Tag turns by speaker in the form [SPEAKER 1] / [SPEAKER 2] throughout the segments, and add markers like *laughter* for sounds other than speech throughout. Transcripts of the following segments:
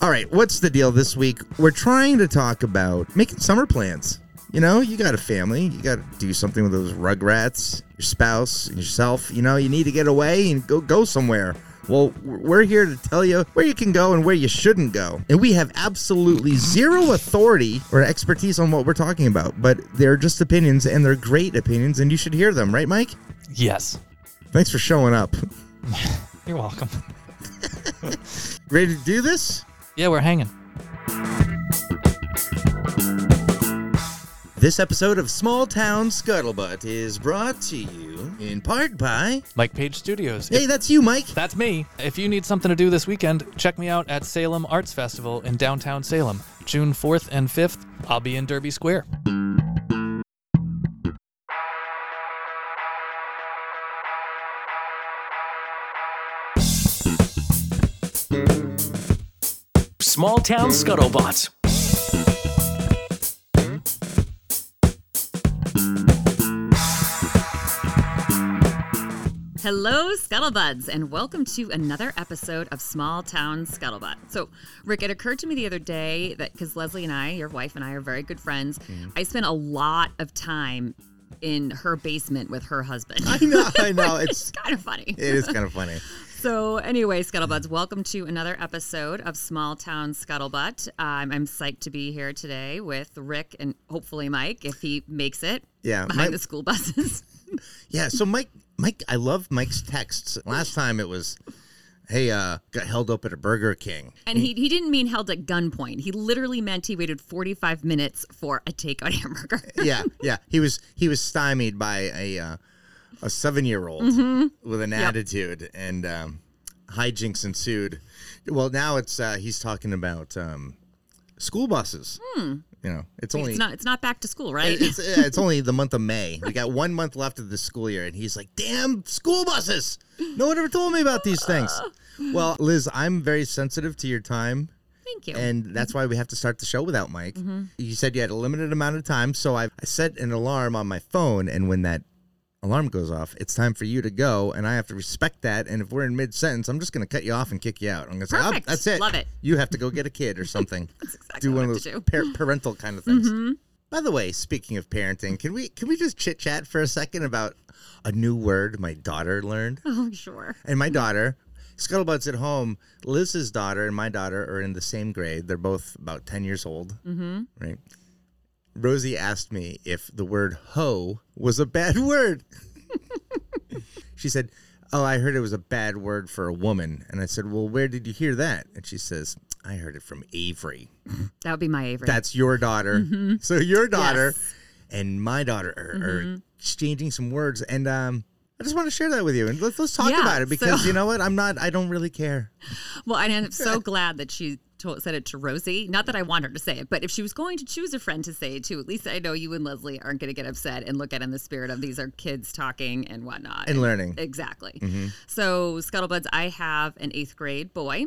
[SPEAKER 1] All right, what's the deal this week? We're trying to talk about making summer plans. You know, you got a family, you got to do something with those rugrats, your spouse, and yourself. You know, you need to get away and go go somewhere. Well, we're here to tell you where you can go and where you shouldn't go. And we have absolutely zero authority or expertise on what we're talking about, but they're just opinions and they're great opinions and you should hear them, right, Mike?
[SPEAKER 2] Yes.
[SPEAKER 1] Thanks for showing up.
[SPEAKER 2] You're welcome.
[SPEAKER 1] Ready to do this?
[SPEAKER 2] Yeah, we're hanging.
[SPEAKER 1] This episode of Small Town Scuttlebutt is brought to you in part by.
[SPEAKER 2] Mike Page Studios.
[SPEAKER 1] Hey, that's you, Mike.
[SPEAKER 2] That's me. If you need something to do this weekend, check me out at Salem Arts Festival in downtown Salem, June 4th and 5th. I'll be in Derby Square.
[SPEAKER 3] Small Town Scuttlebutt.
[SPEAKER 4] Hello, Scuttlebuds, and welcome to another episode of Small Town Scuttlebutt. So, Rick, it occurred to me the other day that because Leslie and I, your wife and I, are very good friends, I spent a lot of time in her basement with her husband. *laughs*
[SPEAKER 1] I know, I know.
[SPEAKER 4] it's
[SPEAKER 1] It's
[SPEAKER 4] kind of funny.
[SPEAKER 1] it is kind of funny.
[SPEAKER 4] So, anyway, Scuttlebuds, welcome to another episode of Small Town Scuttlebutt. Um, I'm psyched to be here today with Rick and hopefully Mike if he makes it
[SPEAKER 1] Yeah,
[SPEAKER 4] behind
[SPEAKER 1] Mike-
[SPEAKER 4] the school buses.
[SPEAKER 1] Yeah, so Mike, Mike, I love Mike's texts. Last time it was, "Hey, uh, got held up at a Burger King."
[SPEAKER 4] And he, he didn't mean held at gunpoint. He literally meant he waited 45 minutes for a takeout *laughs* hamburger.
[SPEAKER 1] Yeah, yeah. He was he was stymied by a uh, a seven year old with an attitude, and um, hijinks ensued. Well, now it's uh, he's talking about um, school buses. You know, it's only
[SPEAKER 4] it's not it's not back to school, right?
[SPEAKER 1] It's, yeah, it's only the month of May. We got one month left of the school year, and he's like, "Damn school buses! No one ever told me about these things." Well, Liz, I'm very sensitive to your time,
[SPEAKER 4] *laughs* Thank you. Mm-hmm.
[SPEAKER 1] and that's why we have to start the show without Mike. You said you had a limited amount of time, so I, I set an alarm on my phone, and when that alarm goes off, it's time for you to go, and I have to respect that. And if we're in mid sentence, I'm just going to cut you off and kick you out. I'm going to say, "Oh,
[SPEAKER 4] Perfect.
[SPEAKER 1] "That's it.
[SPEAKER 4] Love it.
[SPEAKER 1] You have to go get a kid
[SPEAKER 4] *laughs*
[SPEAKER 1] or something."
[SPEAKER 4] That's exactly
[SPEAKER 1] do
[SPEAKER 4] what
[SPEAKER 1] one
[SPEAKER 4] I
[SPEAKER 1] of those
[SPEAKER 4] have to do. Mm-hmm.
[SPEAKER 1] par- parental kind of things. By the way, speaking of parenting, can we can we just chit chat for a second about a new word my daughter learned?
[SPEAKER 4] Oh, sure.
[SPEAKER 1] And my daughter, Scuttlebutt's at home. Liz's daughter and my daughter are in the same grade. They're both about ten years old, mm-hmm. right? Rosie asked me if the word "hoe" was a bad *laughs* word. she said, "Oh, I heard it was a bad word for a woman." And I said, "Well, where did you hear that?" And she says, "I heard it from Avery."
[SPEAKER 4] That would be my favorite.
[SPEAKER 1] That's your daughter.
[SPEAKER 4] Mm-hmm.
[SPEAKER 1] So your daughter and my daughter are, are exchanging some words, and um, I just want to share that with you, and let's let's talk
[SPEAKER 4] Yeah,
[SPEAKER 1] about it because
[SPEAKER 4] so-
[SPEAKER 1] you know what? I'm not. I don't really care.
[SPEAKER 4] well, and
[SPEAKER 1] *laughs*
[SPEAKER 4] I'm so glad that she told, said it to Rosie. Not that I want her to say it, but if she was going to choose a friend to say it to, at least I know you and Leslie aren't going to get upset and look at it in the spirit of these are kids talking and whatnot.
[SPEAKER 1] And learning.
[SPEAKER 4] Exactly. So, Scuttlebuds, I have an eighth grade boy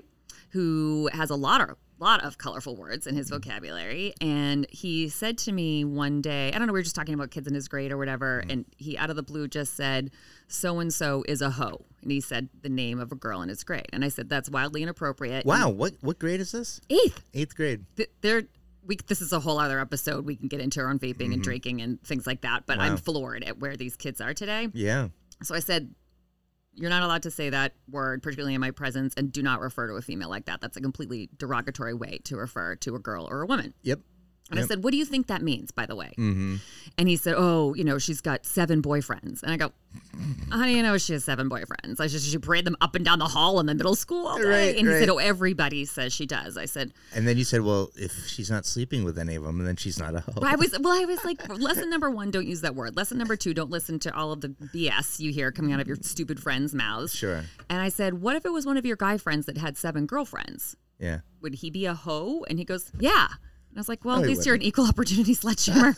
[SPEAKER 4] who has a lot of lot of colorful words in his vocabulary and he said to me one day i don't know we were just talking about kids in his grade or whatever and he out of the blue just said so and so is a hoe and he said the name of a girl in his grade and i said that's wildly inappropriate And
[SPEAKER 1] Wow. What what grade is this?
[SPEAKER 4] eighth
[SPEAKER 1] Eighth grade.
[SPEAKER 4] th- there we this is a whole other episode we can get into on vaping and drinking and things like that but i'm floored at where these kids are today
[SPEAKER 1] Yeah.
[SPEAKER 4] so I said, You're not allowed to say that word, particularly in my presence, and do not refer to a female like that. That's a completely derogatory way to refer to a girl or a woman.
[SPEAKER 1] Yep.
[SPEAKER 4] And I
[SPEAKER 1] Yep.
[SPEAKER 4] said, What do you think that means, by the way?
[SPEAKER 1] Mm-hmm.
[SPEAKER 4] And he said, Oh, you know, she's got seven boyfriends. And I go, How do you know she has seven boyfriends? I said, She parade them up and down the hall in the middle school all day.
[SPEAKER 1] Right,
[SPEAKER 4] and he
[SPEAKER 1] right.
[SPEAKER 4] said, Oh, everybody says she does. I said,
[SPEAKER 1] And then you said, well, if she's not sleeping with any of them, then she's not a hoe.
[SPEAKER 4] Well, I was well, I was like, lesson number one, don't use that word. Lesson number two, don't listen to all of the BS you hear coming out of your stupid friends' mouths.
[SPEAKER 1] *laughs* Sure.
[SPEAKER 4] And I said, What if it was one of your guy friends that had seven girlfriends?
[SPEAKER 1] Yeah.
[SPEAKER 4] Would he be a hoe? And he goes, Yeah. And I was like, Well,
[SPEAKER 1] No,
[SPEAKER 4] at
[SPEAKER 1] he
[SPEAKER 4] least you're an equal opportunity *laughs*
[SPEAKER 1] *laughs*
[SPEAKER 4] sledgehammer.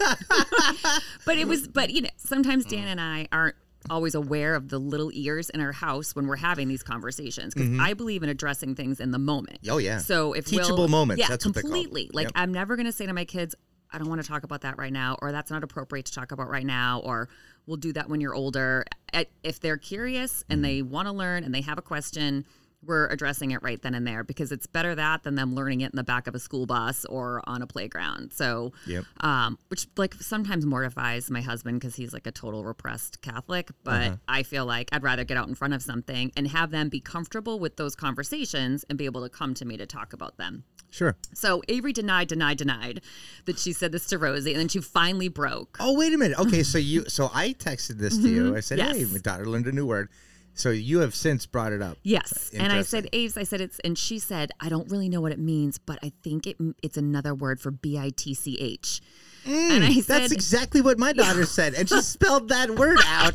[SPEAKER 4] but it was, but you know, sometimes Dan and I aren't always aware of the little ears in our house when we're having these conversations because I believe in addressing things in the moment.
[SPEAKER 1] Mm-hmm. Oh, yeah.
[SPEAKER 4] So if Will-
[SPEAKER 1] Teachable moments,
[SPEAKER 4] yeah,
[SPEAKER 1] that's what they're called.
[SPEAKER 4] completely. Like
[SPEAKER 1] Yep.
[SPEAKER 4] I'm never going to say to my kids, I don't want to talk about that right now, or that's not appropriate to talk about right now, or we'll do that when you're older. I- If they're curious and they want to learn and they have a question, we're addressing it right then and there because it's better that than them learning it in the back of a school bus or on a playground. So,
[SPEAKER 1] Yep.
[SPEAKER 4] um, which like sometimes mortifies my husband because he's like a total repressed Catholic. But I feel like I'd rather get out in front of something and have them be comfortable with those conversations and be able to come to me to talk about them.
[SPEAKER 1] Sure.
[SPEAKER 4] So Avery denied, denied, denied that she said this to Rosie, and then she finally broke.
[SPEAKER 1] Oh, wait a minute.
[SPEAKER 4] *laughs*
[SPEAKER 1] Okay, so you so I texted this to you. I said,
[SPEAKER 4] Mm-hmm. Yes.
[SPEAKER 1] "Hey, my daughter learned a new word." So you have since brought it up.
[SPEAKER 4] Yes, and I said
[SPEAKER 1] Interesting.
[SPEAKER 4] Aves. I said it's, and she said I don't really know what it means, but I think it it's another word for B I T C H. and I
[SPEAKER 1] Mm, That's exactly what my daughter said, and
[SPEAKER 4] *laughs*
[SPEAKER 1] she spelled that word out.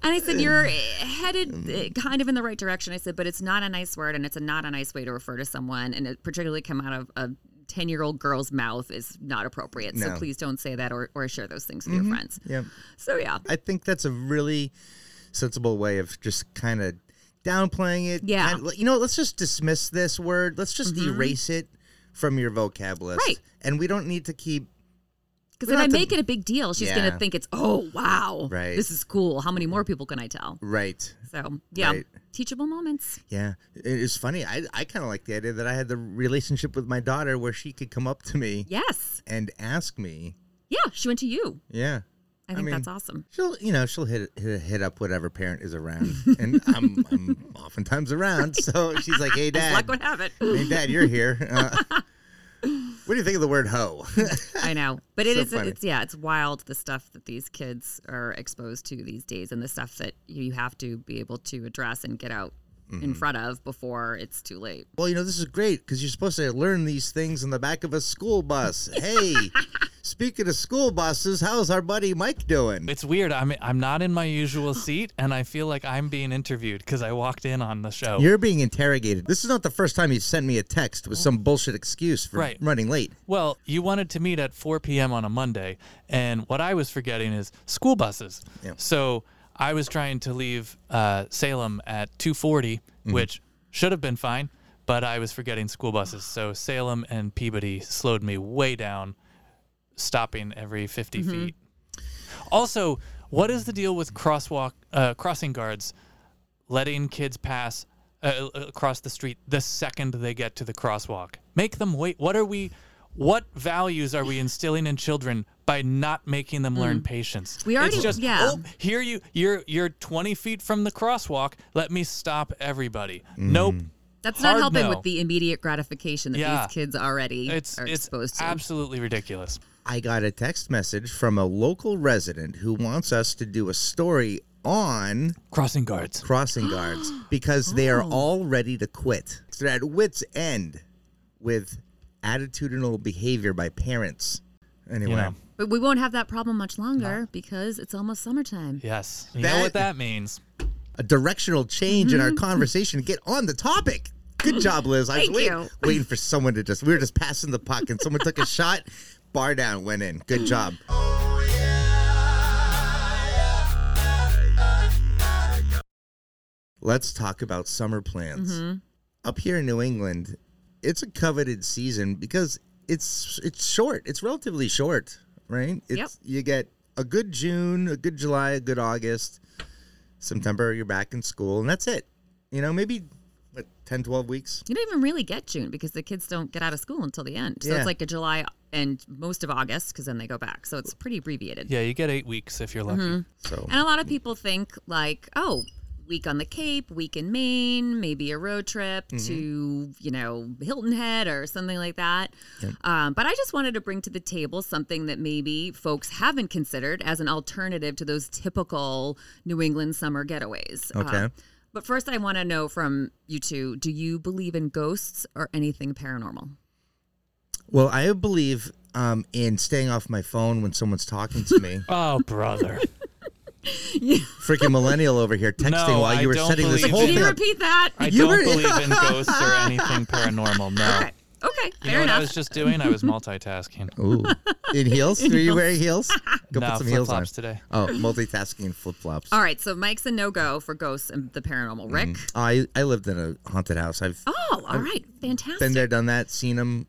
[SPEAKER 4] And I said, You're headed
[SPEAKER 1] Um,
[SPEAKER 4] eh, kind of in the right direction. I said, But it's not a nice word and it's a not a nice way to refer to someone. And it particularly come out of a 10 year old girl's mouth is not appropriate. So
[SPEAKER 1] No. Mm-hmm.
[SPEAKER 4] please don't say that or, or share those things with your friends.
[SPEAKER 1] yeah.
[SPEAKER 4] So, yeah.
[SPEAKER 1] I think that's a really sensible way of just kind of downplaying it.
[SPEAKER 4] Yeah. Mm-hmm.
[SPEAKER 1] Kinda- you know, let's just dismiss this word. Let's just erase it from your vocab list.
[SPEAKER 4] Right.
[SPEAKER 1] And we don't need to keep
[SPEAKER 4] Because
[SPEAKER 1] We don't
[SPEAKER 4] if I
[SPEAKER 1] have to-
[SPEAKER 4] make it a big deal, she's going
[SPEAKER 1] Yeah.
[SPEAKER 4] to think it's, Oh, wow.
[SPEAKER 1] Right.
[SPEAKER 4] This is cool. How many more people can I tell?
[SPEAKER 1] right.
[SPEAKER 4] So, yeah.
[SPEAKER 1] Right.
[SPEAKER 4] Teachable moments.
[SPEAKER 1] Yeah. It- It's funny. I, I kind of like the idea that I had the relationship with my daughter where she could come up to me
[SPEAKER 4] Yes.
[SPEAKER 1] and ask me.
[SPEAKER 4] Yeah. She went to you.
[SPEAKER 1] Yeah.
[SPEAKER 4] I think
[SPEAKER 1] mean,
[SPEAKER 4] that's awesome.
[SPEAKER 1] She'll, you know, she'll hit hit, hit up whatever parent is around,
[SPEAKER 2] *laughs*
[SPEAKER 1] and I'm, I'm oftentimes around. So she's like, "Hey,
[SPEAKER 4] Luck
[SPEAKER 1] dad,
[SPEAKER 4] would
[SPEAKER 1] *laughs*
[SPEAKER 4] have it.
[SPEAKER 1] hey, dad, you're
[SPEAKER 2] *laughs*
[SPEAKER 1] here. Uh, what do you think of the word hoe?"
[SPEAKER 4] I know, but it
[SPEAKER 1] So
[SPEAKER 4] is.
[SPEAKER 1] funny.
[SPEAKER 4] It's yeah. It's wild the stuff that these kids are exposed to these days, and the stuff that you have to be able to address and get out
[SPEAKER 1] Mm-hmm.
[SPEAKER 4] in front of before it's too late.
[SPEAKER 1] *laughs* well, you know, this is great because you're supposed to learn these things in the back of a school bus. Hey, speaking of school buses, how's our buddy Mike doing?
[SPEAKER 2] It's weird. I'm I'm not in my usual seat, and I feel like I'm being interviewed because I walked in on the show.
[SPEAKER 1] You're being interrogated. This is not the first time you've sent me a text with some bullshit excuse for
[SPEAKER 2] Oh. Right.
[SPEAKER 1] running late.
[SPEAKER 2] well, you wanted to meet at 4 p.m. on a Monday, and what I was forgetting is school buses. So I was trying to leave uh, Salem at 2:40, which should have been fine, but I was forgetting school buses. So Salem and Peabody slowed me way down, stopping every 50
[SPEAKER 4] Mm-hmm.
[SPEAKER 2] feet. Also, what is the deal with crosswalk uh, crossing guards letting kids pass uh, uh, across the street the second they get to the crosswalk? Make them wait. What are we? What values are we instilling in children by not making them learn patience?
[SPEAKER 4] Mm. We already-
[SPEAKER 2] it's just
[SPEAKER 4] yeah.
[SPEAKER 2] oh, here you you're you're 20 feet from the crosswalk. Let me stop everybody. Nope.
[SPEAKER 4] That's
[SPEAKER 2] Hard
[SPEAKER 4] not helping
[SPEAKER 2] no.
[SPEAKER 4] with the immediate gratification that
[SPEAKER 2] Yeah.
[SPEAKER 4] these kids already
[SPEAKER 2] It's
[SPEAKER 4] are
[SPEAKER 2] it's
[SPEAKER 4] exposed to.
[SPEAKER 2] absolutely ridiculous.
[SPEAKER 1] I got a text message from a local resident who wants us to do a story on
[SPEAKER 2] Crossing guards.
[SPEAKER 1] crossing guards because they are all ready to quit. They're at wits' end with attitudinal behavior by parents. Anyway,
[SPEAKER 2] You know.
[SPEAKER 4] but we won't have that problem much longer because it's almost summertime.
[SPEAKER 2] Yes. You know
[SPEAKER 1] That-
[SPEAKER 2] what that means.
[SPEAKER 1] a directional change in our conversation. Get on the topic. Good job, Liz. I was
[SPEAKER 4] Mm-hmm. Thank
[SPEAKER 1] wait-
[SPEAKER 4] you.
[SPEAKER 1] waiting for someone to just, we were just passing the puck and someone took a shot, bar down, went in. Good job. Let's talk about summer plans.
[SPEAKER 4] Mm-hmm.
[SPEAKER 1] Up here in New England, it's a coveted season because it's it's short. It's relatively short, right? It's you get a good June, a good July, a good August. September you're back in school and that's it. You know, maybe what 10 12 weeks.
[SPEAKER 4] You don't even really get June because the kids don't get out of school until the end. So
[SPEAKER 1] Yeah.
[SPEAKER 4] it's like a July and most of August because then they go back. So it's pretty abbreviated.
[SPEAKER 2] Yeah, you get eight weeks if you're lucky.
[SPEAKER 4] Mm-hmm.
[SPEAKER 1] So
[SPEAKER 4] And a lot of people think like, oh, week on the Cape, week in Maine, maybe a road trip to, you know, Hilton Head or something like that. Um, but I just wanted to bring to the table something that maybe folks haven't considered as an alternative to those typical New England summer getaways. Uh,
[SPEAKER 1] Okay.
[SPEAKER 4] but first, I want to know from you two do you believe in ghosts or anything paranormal?
[SPEAKER 1] well, I believe um, in staying off my phone when someone's talking to me.
[SPEAKER 2] Oh,
[SPEAKER 4] *laughs*
[SPEAKER 2] brother.
[SPEAKER 1] Freaking millennial over here texting
[SPEAKER 2] No,
[SPEAKER 1] while
[SPEAKER 2] I
[SPEAKER 1] you were
[SPEAKER 2] don't
[SPEAKER 1] setting this
[SPEAKER 2] believe
[SPEAKER 1] whole
[SPEAKER 2] you.
[SPEAKER 4] Can
[SPEAKER 1] thing
[SPEAKER 4] you
[SPEAKER 1] up.
[SPEAKER 4] repeat that?
[SPEAKER 2] I
[SPEAKER 1] You
[SPEAKER 2] don't
[SPEAKER 1] were-
[SPEAKER 2] believe
[SPEAKER 4] *laughs*
[SPEAKER 2] in ghosts or anything paranormal. No.
[SPEAKER 4] okay. Okay.
[SPEAKER 2] You
[SPEAKER 4] Fair
[SPEAKER 2] know what I
[SPEAKER 4] enough.
[SPEAKER 2] was just doing? I was
[SPEAKER 4] *laughs*
[SPEAKER 2] multitasking.
[SPEAKER 1] Ooh. *laughs* In heels? Are you wearing heels? Go
[SPEAKER 2] Nah,
[SPEAKER 1] put some heels on.
[SPEAKER 2] flip-flops today.
[SPEAKER 1] Oh, multitasking and flip flops.
[SPEAKER 4] All right. So Mike's a no go for ghosts and the paranormal. Rick?
[SPEAKER 1] Oh, I, I lived in a haunted house. I've
[SPEAKER 4] Oh, all right. Fantastic.
[SPEAKER 1] been Um, there, done that, seen them,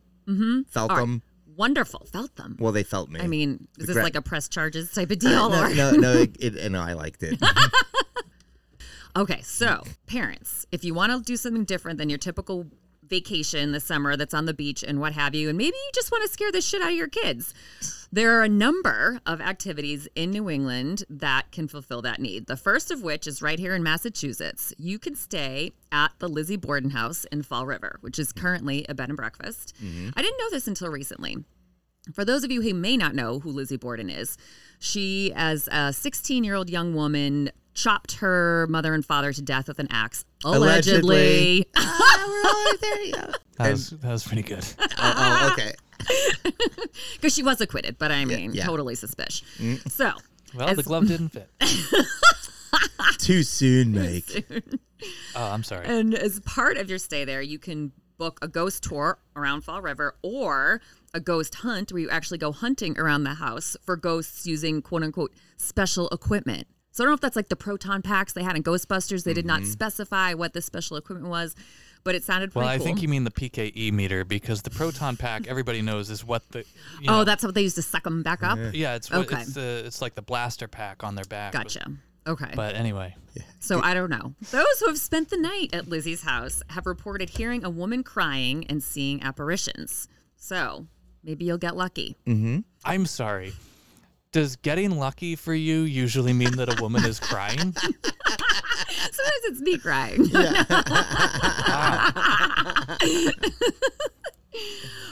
[SPEAKER 1] felt
[SPEAKER 4] All right.
[SPEAKER 1] them.
[SPEAKER 4] Wonderful. Felt them.
[SPEAKER 1] Well, they felt me.
[SPEAKER 4] I mean, is this
[SPEAKER 1] Gra- Uh,
[SPEAKER 4] like a press charges type of deal?
[SPEAKER 1] no,
[SPEAKER 4] or?
[SPEAKER 1] no, no, it, it, no, I liked it.
[SPEAKER 4] *laughs* Okay, so parents, if you want to do something different than your typical vacation this summer that's on the beach and what have you, and maybe you just want to scare the shit out of your kids, there are a number of activities in New England that can fulfill that need. The first of which is right here in Massachusetts. You can stay at the Lizzie Borden House in Fall River, which is currently a bed and breakfast.
[SPEAKER 1] Mm-hmm.
[SPEAKER 4] I didn't know this until recently. For those of you who may not know who Lizzie Borden is, she, as a 16 year old young woman, chopped her mother and father to death with an axe.
[SPEAKER 1] Allegedly.
[SPEAKER 4] *laughs* Allegedly.
[SPEAKER 2] That was, that was pretty
[SPEAKER 4] *laughs*
[SPEAKER 2] good.
[SPEAKER 1] Oh, oh, okay.
[SPEAKER 4] Because she was acquitted, but I mean,
[SPEAKER 1] yeah. Mm.
[SPEAKER 4] totally suspicious. So,
[SPEAKER 2] Well, the glove didn't
[SPEAKER 4] *laughs*
[SPEAKER 2] fit.
[SPEAKER 1] Too soon, Mike.
[SPEAKER 2] Oh, I'm sorry.
[SPEAKER 4] and as part of your stay there, you can book a ghost tour around Fall River or a ghost hunt where you actually go hunting around the house for ghosts using quote unquote special equipment. So I don't know if that's like the proton packs they had in Ghostbusters. They did not specify what the special equipment was, but it sounded
[SPEAKER 2] Mm-hmm.
[SPEAKER 4] pretty
[SPEAKER 2] Well, I
[SPEAKER 4] cool.
[SPEAKER 2] think you mean the PKE meter because the proton pack everybody knows is what the you
[SPEAKER 4] Oh,
[SPEAKER 2] know,
[SPEAKER 4] that's what they used to suck them back up.
[SPEAKER 2] yeah it's what
[SPEAKER 4] okay.
[SPEAKER 2] it's the it's like the blaster pack on their back.
[SPEAKER 4] Gotcha. Okay.
[SPEAKER 2] But anyway,
[SPEAKER 4] So I don't know. Those who have spent the night at Lizzie's house have reported hearing a woman crying and seeing apparitions. So maybe you'll get lucky.
[SPEAKER 2] I'm sorry. Does getting lucky for you usually mean that a woman is
[SPEAKER 4] *laughs*
[SPEAKER 2] crying?
[SPEAKER 4] Sometimes it's me crying. *laughs*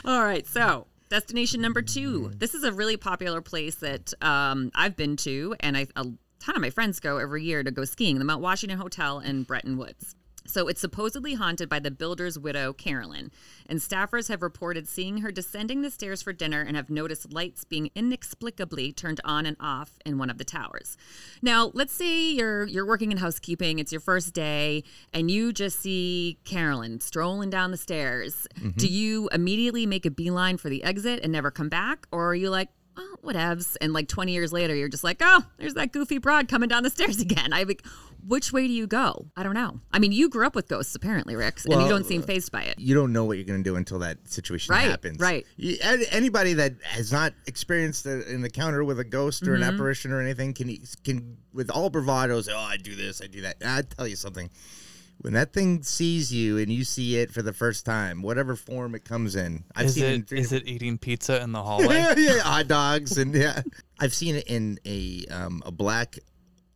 [SPEAKER 4] All right. So destination number two. This is a really popular place that um, I've been to, and I, a ton of my friends go every year to go skiing. The Mount Washington Hotel in Bretton Woods. So it's supposedly haunted by the builder's widow, Carolyn, and staffers have reported seeing her descending the stairs for dinner and have noticed lights being inexplicably turned on and off in one of the towers. Now, let's say you're you're working in housekeeping, it's your first day, and you just see Carolyn strolling down the stairs.
[SPEAKER 1] Mm-hmm.
[SPEAKER 4] Do you immediately make a beeline for the exit and never come back, or are you like? Oh, whatevs. And like 20 years later, you're just like, oh, there's that goofy broad coming down the stairs *laughs* again. I like, which way do you go? I don't know. I mean, you grew up with ghosts, apparently, Rick, and
[SPEAKER 1] Well, uh,
[SPEAKER 4] you don't seem phased by it.
[SPEAKER 1] You don't know what you're going to do until that situation
[SPEAKER 4] Right,
[SPEAKER 1] happens.
[SPEAKER 4] right.
[SPEAKER 1] You, an- anybody that has not experienced a, an encounter with a ghost or
[SPEAKER 4] Mm-hmm.
[SPEAKER 1] an apparition or anything can e, can with all bravado say, "Oh, I do this, I do that." I tell you something. When that thing sees you and you see it for the first time, whatever form it comes in, I've
[SPEAKER 2] Is
[SPEAKER 1] seen it in
[SPEAKER 2] it
[SPEAKER 1] three
[SPEAKER 2] is it eating pizza in the
[SPEAKER 1] yeah, *laughs*
[SPEAKER 2] hallway?
[SPEAKER 1] yeah, hot dogs and yeah. *laughs* I've seen it in a um, a black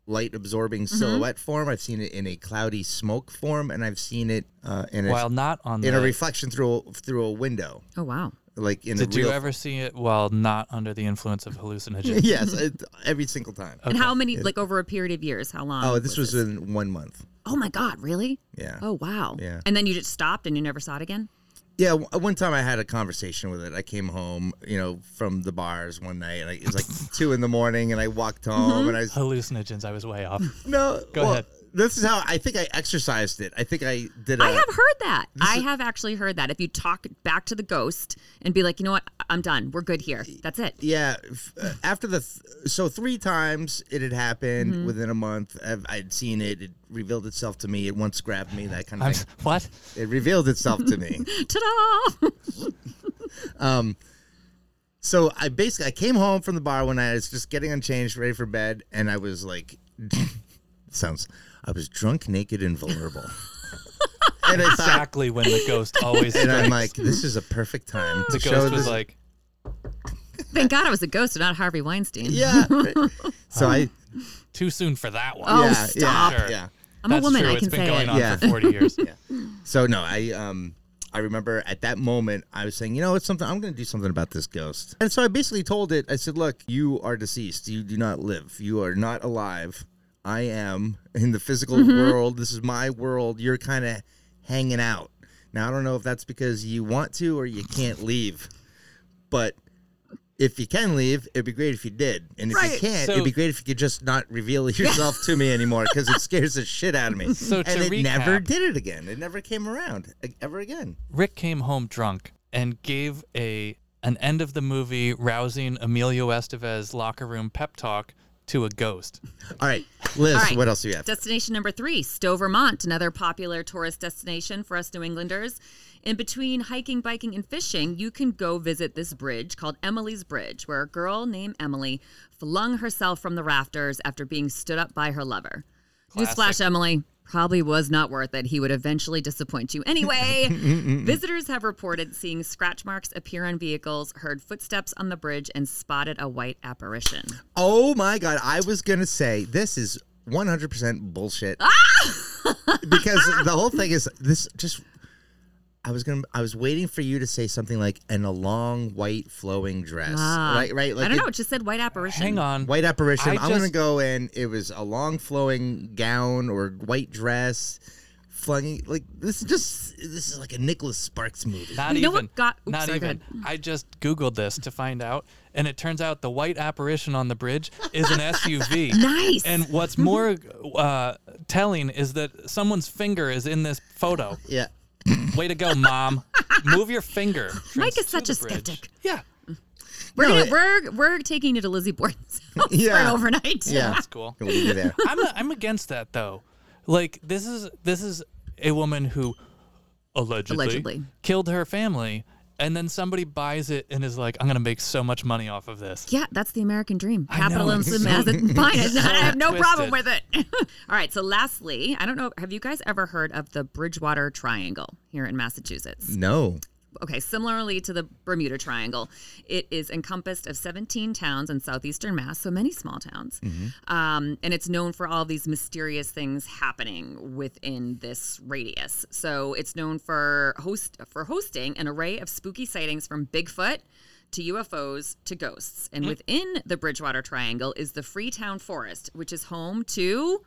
[SPEAKER 1] light absorbing
[SPEAKER 4] Mm-hmm.
[SPEAKER 1] silhouette form. I've seen it in a cloudy smoke form, and I've seen it uh, in a
[SPEAKER 2] While not on
[SPEAKER 1] in
[SPEAKER 2] the
[SPEAKER 1] a reflection through a, through a window,
[SPEAKER 4] Oh, wow.
[SPEAKER 1] like in a
[SPEAKER 2] Did
[SPEAKER 1] real.
[SPEAKER 2] you ever see it while not under the influence of hallucinogens?
[SPEAKER 1] *laughs* yes, it, every single time.
[SPEAKER 2] Oh,
[SPEAKER 4] And how many, like over a period of years, how long?
[SPEAKER 1] Oh, this was in one month.
[SPEAKER 4] Oh, my God, really?
[SPEAKER 1] Yeah.
[SPEAKER 4] Oh, wow.
[SPEAKER 1] Yeah.
[SPEAKER 4] And then you just stopped and you never saw it again?
[SPEAKER 1] Yeah, w- one time I had a conversation with it. I came home, you know, from the bars one night, and I, it was
[SPEAKER 2] *laughs*
[SPEAKER 1] like two in the morning, and I walked home, and I was
[SPEAKER 2] Hallucinogens. I was way
[SPEAKER 1] *laughs*
[SPEAKER 2] off.
[SPEAKER 1] no.
[SPEAKER 2] Mm-hmm. Go ahead.
[SPEAKER 1] This is how I think I exercised it. I think I did. a-
[SPEAKER 4] I have heard that. I have actually heard that. If you talk back to the ghost and be like, you know what, I- I'm done. We're good here. That's it. *laughs*
[SPEAKER 1] yeah f- uh, after the th- so three times it had happened
[SPEAKER 4] Mm-hmm.
[SPEAKER 1] within a month I've, i'd seen it it revealed itself to me it once grabbed me that kind
[SPEAKER 2] I'm
[SPEAKER 1] of
[SPEAKER 2] s-
[SPEAKER 1] thing
[SPEAKER 2] what?
[SPEAKER 1] it revealed itself to
[SPEAKER 2] *laughs*
[SPEAKER 1] me
[SPEAKER 4] Ta-da! *laughs*
[SPEAKER 1] so i basically i came home from the bar one night i was just getting unchanged ready for bed and i was like *laughs* sounds i was drunk naked and
[SPEAKER 4] *laughs*
[SPEAKER 1] vulnerable and i thought
[SPEAKER 2] Exactly when the
[SPEAKER 1] *laughs*
[SPEAKER 2] ghost always.
[SPEAKER 1] and i'm
[SPEAKER 2] strikes.
[SPEAKER 1] like this is a perfect time to
[SPEAKER 2] *laughs* the
[SPEAKER 1] show
[SPEAKER 2] ghost was
[SPEAKER 1] this
[SPEAKER 2] like,
[SPEAKER 4] Thank God I was a ghost and not Harvey Weinstein.
[SPEAKER 1] yeah
[SPEAKER 4] *laughs*
[SPEAKER 1] so i
[SPEAKER 2] too soon for that one.
[SPEAKER 4] Oh,
[SPEAKER 1] yeah
[SPEAKER 4] stop.
[SPEAKER 1] yeah,
[SPEAKER 2] Sure.
[SPEAKER 1] yeah
[SPEAKER 4] I'm a
[SPEAKER 2] That's
[SPEAKER 4] woman.
[SPEAKER 2] True.
[SPEAKER 4] I
[SPEAKER 2] It's
[SPEAKER 4] can
[SPEAKER 2] been
[SPEAKER 4] say
[SPEAKER 2] going
[SPEAKER 4] it.
[SPEAKER 2] on
[SPEAKER 1] Yeah.
[SPEAKER 2] for 40
[SPEAKER 1] *laughs*
[SPEAKER 2] years.
[SPEAKER 1] So no, I um I remember at that moment I was saying, you know, it's something I'm going to do something about this ghost. And so I basically told it, I said, look, you are deceased. You do not live. You are not alive. I am in the physical world. This is my world. You're kind of hanging out. Now I don't know if that's because you want to or you can't leave. But if you can leave, it'd be great if you did. And if you
[SPEAKER 4] Right.
[SPEAKER 1] can't,
[SPEAKER 2] So-
[SPEAKER 1] it'd be great if you could just not reveal *laughs* yourself to me anymore because it scares the shit out of me.
[SPEAKER 2] So
[SPEAKER 1] and
[SPEAKER 2] to
[SPEAKER 1] it never
[SPEAKER 2] recap-
[SPEAKER 1] did it again. It never came around e- ever again.
[SPEAKER 2] Rick came home drunk and gave a an end of the movie rousing Emilio Estevez locker room pep talk to a ghost.
[SPEAKER 1] All right, Liz,
[SPEAKER 4] All right.
[SPEAKER 1] what else do you have?
[SPEAKER 4] Destination number three, Stowe, Vermont, another popular tourist destination for us New Englanders. In between hiking, biking, and fishing, you can go visit this bridge called Emily's Bridge, where a girl named Emily flung herself from the rafters after being stood up by her lover. Newsflash, Emily, probably was not worth it. He would eventually disappoint you
[SPEAKER 2] *laughs*
[SPEAKER 4] anyway. Visitors have reported seeing scratch marks appear on vehicles, heard footsteps on the bridge, and spotted a white apparition.
[SPEAKER 1] Oh my god, I was gonna say this is 100% bullshit.
[SPEAKER 4] Ah!
[SPEAKER 1] *laughs* because the whole thing is this just I was gonna I was waiting for you to say something like and a long white flowing dress.
[SPEAKER 4] Ah.
[SPEAKER 1] right, right. Like
[SPEAKER 4] I don't
[SPEAKER 1] it-
[SPEAKER 4] know. It just said white apparition.
[SPEAKER 2] Hang on.
[SPEAKER 1] White apparition.
[SPEAKER 2] I
[SPEAKER 1] I'm gonna
[SPEAKER 2] just-
[SPEAKER 1] go in. It was a long flowing gown or white dress, flung like this. Is just this is like a Nicholas Sparks movie.
[SPEAKER 2] Not
[SPEAKER 4] You know
[SPEAKER 2] even.
[SPEAKER 4] what got- oops,
[SPEAKER 2] not
[SPEAKER 4] sorry, go
[SPEAKER 2] even. I just Googled this to find out, and it turns out the white apparition on the bridge is an SUV.
[SPEAKER 4] *laughs* Nice.
[SPEAKER 2] And what's more uh, telling is that someone's finger is in this photo.
[SPEAKER 1] yeah.
[SPEAKER 2] Way to go, mom! Move your finger.
[SPEAKER 4] Mike
[SPEAKER 2] Trins,
[SPEAKER 4] is
[SPEAKER 2] to
[SPEAKER 4] such
[SPEAKER 2] the
[SPEAKER 4] a
[SPEAKER 2] bridge.
[SPEAKER 4] skeptic.
[SPEAKER 2] Yeah,
[SPEAKER 1] No,
[SPEAKER 4] We're, gonna,
[SPEAKER 1] it-
[SPEAKER 4] we're we're taking you to Lizzie Borden's *laughs* house for an
[SPEAKER 1] Yeah.
[SPEAKER 4] overnight.
[SPEAKER 1] Yeah.
[SPEAKER 2] that's cool.
[SPEAKER 1] We'll leave you there.
[SPEAKER 2] I'm I'm against that though. Like this is this is a woman who allegedly,
[SPEAKER 4] Allegedly.
[SPEAKER 2] killed her family, and then somebody buys it and is like, "I'm gonna make so much money off of this."
[SPEAKER 4] *laughs* Yeah, that's the American dream.
[SPEAKER 2] know,
[SPEAKER 4] Capitalism as it
[SPEAKER 1] *laughs*
[SPEAKER 4] mine is. I have no
[SPEAKER 2] twisted.
[SPEAKER 4] problem with it. *laughs* All right. So, lastly, I don't know. Have you guys ever heard of the Bridgewater Triangle here in Massachusetts?
[SPEAKER 1] No.
[SPEAKER 4] Okay. Similarly to the Bermuda Triangle, it is encompassed of 17 towns in southeastern Mass, so many small towns. Um, and it's known for all these mysterious things happening within this radius. So, it's known for host for hosting an array of spooky sightings from Bigfoot to UFOs to ghosts. And within the Bridgewater Triangle is the Freetown Forest, which is home to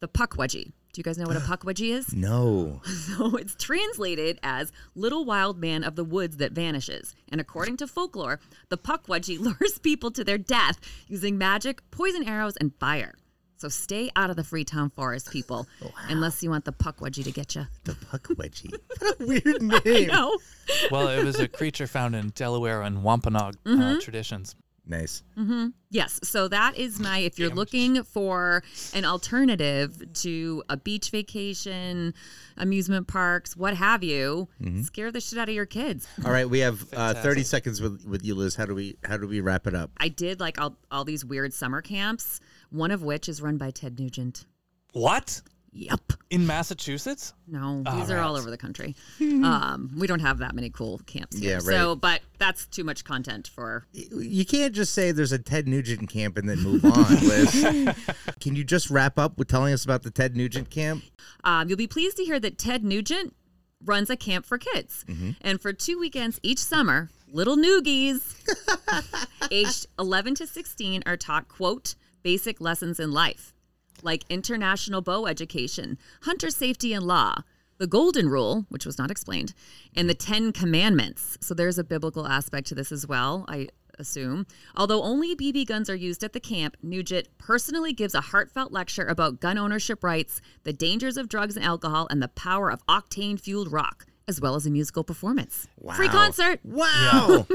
[SPEAKER 4] the Puckwudgie. Do you guys know what a Puckwudgie is?
[SPEAKER 1] No.
[SPEAKER 4] So it's translated as little wild man of the woods that vanishes. And according to folklore, the Puckwudgie *laughs* lures people to their death using magic, poison arrows, and fire. So stay out of the Freetown Forest, people, unless you want the Puckwudgie to get you.
[SPEAKER 1] The puck wedgie. What a
[SPEAKER 4] *laughs*
[SPEAKER 1] weird name.
[SPEAKER 4] No.
[SPEAKER 2] Well, it was a creature found in Delaware and Wampanoag
[SPEAKER 4] Mm-hmm.
[SPEAKER 2] uh, traditions.
[SPEAKER 1] Nice.
[SPEAKER 4] Yes, so that is my. If you're looking for an alternative to a beach vacation, amusement parks, what have you, scare the shit out of your kids.
[SPEAKER 1] All right, we have uh, 30 seconds with, with you, Liz. How do we how do we wrap it up?
[SPEAKER 4] I did like all, all these weird summer camps, one of which is run by Ted Nugent.
[SPEAKER 2] What
[SPEAKER 4] Yep.
[SPEAKER 2] in Massachusetts?
[SPEAKER 4] No, these are all
[SPEAKER 2] rats.
[SPEAKER 4] over the country. um, we don't have that many cool camps here.
[SPEAKER 1] Yeah,
[SPEAKER 4] So, but that's too much content for.
[SPEAKER 1] You can't just say there's a Ted Nugent camp and then move
[SPEAKER 4] *laughs*
[SPEAKER 1] on, Liz. Can you just wrap up with telling us about the Ted Nugent camp?
[SPEAKER 4] Um, you'll be pleased to hear that Ted Nugent runs a camp for kids, and for two weekends each summer, little noogies, aged 11 to 16, are taught quote basic lessons in life, like international bow education, hunter safety and law. The golden rule, which was not explained, and the Ten Commandments. So there's a biblical aspect to this as well, I assume. Although only BB guns are used at the camp, Nugent personally gives a heartfelt lecture about gun ownership rights, the dangers of drugs and alcohol, and the power of octane fueled rock, as well as a musical performance. Free
[SPEAKER 1] Wow.
[SPEAKER 4] concert!
[SPEAKER 1] Wow.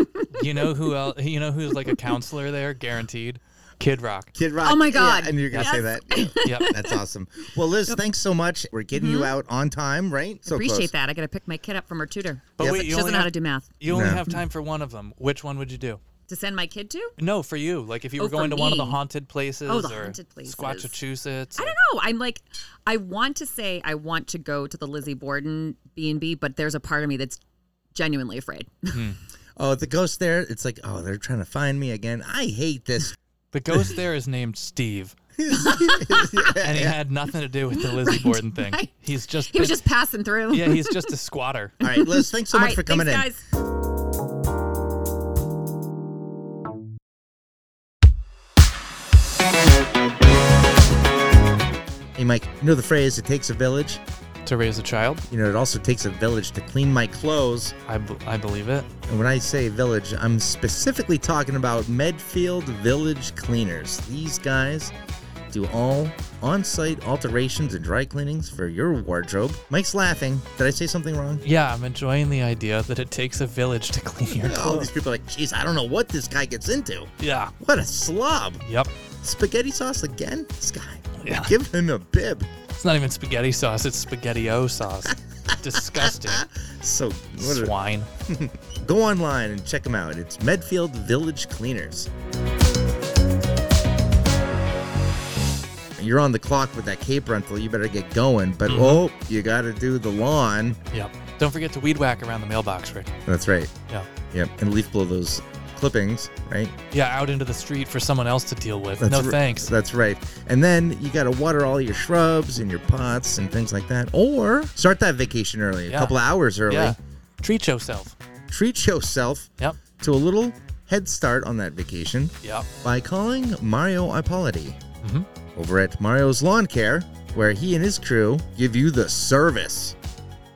[SPEAKER 2] You know who else? *laughs* You know who's like a counselor there, guaranteed. Kid Rock.
[SPEAKER 1] *laughs* Kid Rock.
[SPEAKER 4] Oh my
[SPEAKER 1] Yeah,
[SPEAKER 4] God.
[SPEAKER 1] I knew you were going to say that.
[SPEAKER 4] *laughs*
[SPEAKER 1] Yeah.
[SPEAKER 2] Yep.
[SPEAKER 1] That's awesome. Well, Liz, thanks so much. We're getting you out on time, right? So
[SPEAKER 4] Mm-hmm. Appreciate
[SPEAKER 1] close.
[SPEAKER 4] that. I got to pick my kid up from her tutor.
[SPEAKER 2] But wait,
[SPEAKER 4] she
[SPEAKER 2] you
[SPEAKER 4] doesn't
[SPEAKER 2] only
[SPEAKER 4] know how to
[SPEAKER 2] have-
[SPEAKER 4] do math.
[SPEAKER 2] You only
[SPEAKER 1] No.
[SPEAKER 2] have time for one of them. Which one would you do?
[SPEAKER 4] To send my kid to?
[SPEAKER 2] No, for you. Like if you
[SPEAKER 4] Oh,
[SPEAKER 2] were going
[SPEAKER 4] for
[SPEAKER 2] to one of the
[SPEAKER 4] me.
[SPEAKER 2] haunted places
[SPEAKER 4] Oh, the
[SPEAKER 2] or
[SPEAKER 4] haunted places.
[SPEAKER 2] Squatchachusetts.
[SPEAKER 4] I don't know. I'm like, I want to say I want to go to the Lizzie Borden B and B, but there's a part of me that's genuinely afraid. *laughs*
[SPEAKER 1] Oh, the ghost there. It's like, oh, they're trying to find me again. I hate this.
[SPEAKER 2] The ghost there is named
[SPEAKER 4] *laughs*
[SPEAKER 2] Steve. and he had nothing to do with the Lizzie Borden thing.
[SPEAKER 4] *laughs* right.
[SPEAKER 2] He's just
[SPEAKER 4] he was just passing
[SPEAKER 2] *laughs*
[SPEAKER 4] through.
[SPEAKER 2] Yeah, he's just a squatter.
[SPEAKER 1] All right, Liz, thanks so
[SPEAKER 4] All
[SPEAKER 1] much
[SPEAKER 4] right,
[SPEAKER 1] for coming
[SPEAKER 4] thanks,
[SPEAKER 1] in.
[SPEAKER 4] guys.
[SPEAKER 1] Hey, Mike, you know the phrase, it takes a village?
[SPEAKER 2] To raise a child,
[SPEAKER 1] You know, it also takes a village to clean my clothes.
[SPEAKER 2] I, b- I believe it.
[SPEAKER 1] And when I say village, I'm specifically talking about Medfield Village Cleaners. These guys do all on site alterations and dry cleanings for your wardrobe. Mike's laughing. Did I say something wrong?
[SPEAKER 2] Yeah, I'm enjoying the idea that it takes a village to clean your
[SPEAKER 1] All
[SPEAKER 2] clothes.
[SPEAKER 1] these people are like, geez, I don't know what this guy gets into.
[SPEAKER 2] Yeah.
[SPEAKER 1] What a slob.
[SPEAKER 2] Yep.
[SPEAKER 1] Spaghetti sauce again? This guy.
[SPEAKER 2] Yeah.
[SPEAKER 1] Give him a bib.
[SPEAKER 2] It's not even spaghetti sauce, it's spaghetti
[SPEAKER 1] *laughs*
[SPEAKER 2] o sauce. Disgusting.
[SPEAKER 1] So what a-
[SPEAKER 2] Swine.
[SPEAKER 1] go online and check them out. It's Medfield Village Cleaners. you're on the clock with that cape rental. You better get going. But
[SPEAKER 2] Mm-hmm.
[SPEAKER 1] oh, you got to do the lawn.
[SPEAKER 2] Yep. Don't forget to weed whack around the mailbox, Rick.
[SPEAKER 1] That's right.
[SPEAKER 2] Yeah.
[SPEAKER 1] Yep. And leaf blow those clippings, right?
[SPEAKER 2] Yeah, out into the street for someone else to deal with. no
[SPEAKER 1] r-
[SPEAKER 2] thanks.
[SPEAKER 1] That's right. And then you got to water all your shrubs and your pots and things like that. Or start that vacation early, a
[SPEAKER 2] Yeah.
[SPEAKER 1] couple hours early.
[SPEAKER 2] Yeah. Treat yourself.
[SPEAKER 1] Treat yourself
[SPEAKER 2] Yep.
[SPEAKER 1] to a little head start on that vacation
[SPEAKER 2] Yep.
[SPEAKER 1] by calling Mario Ippoliti
[SPEAKER 2] Mm-hmm.
[SPEAKER 1] over at Mario's Lawn Care, where he and his crew give you the service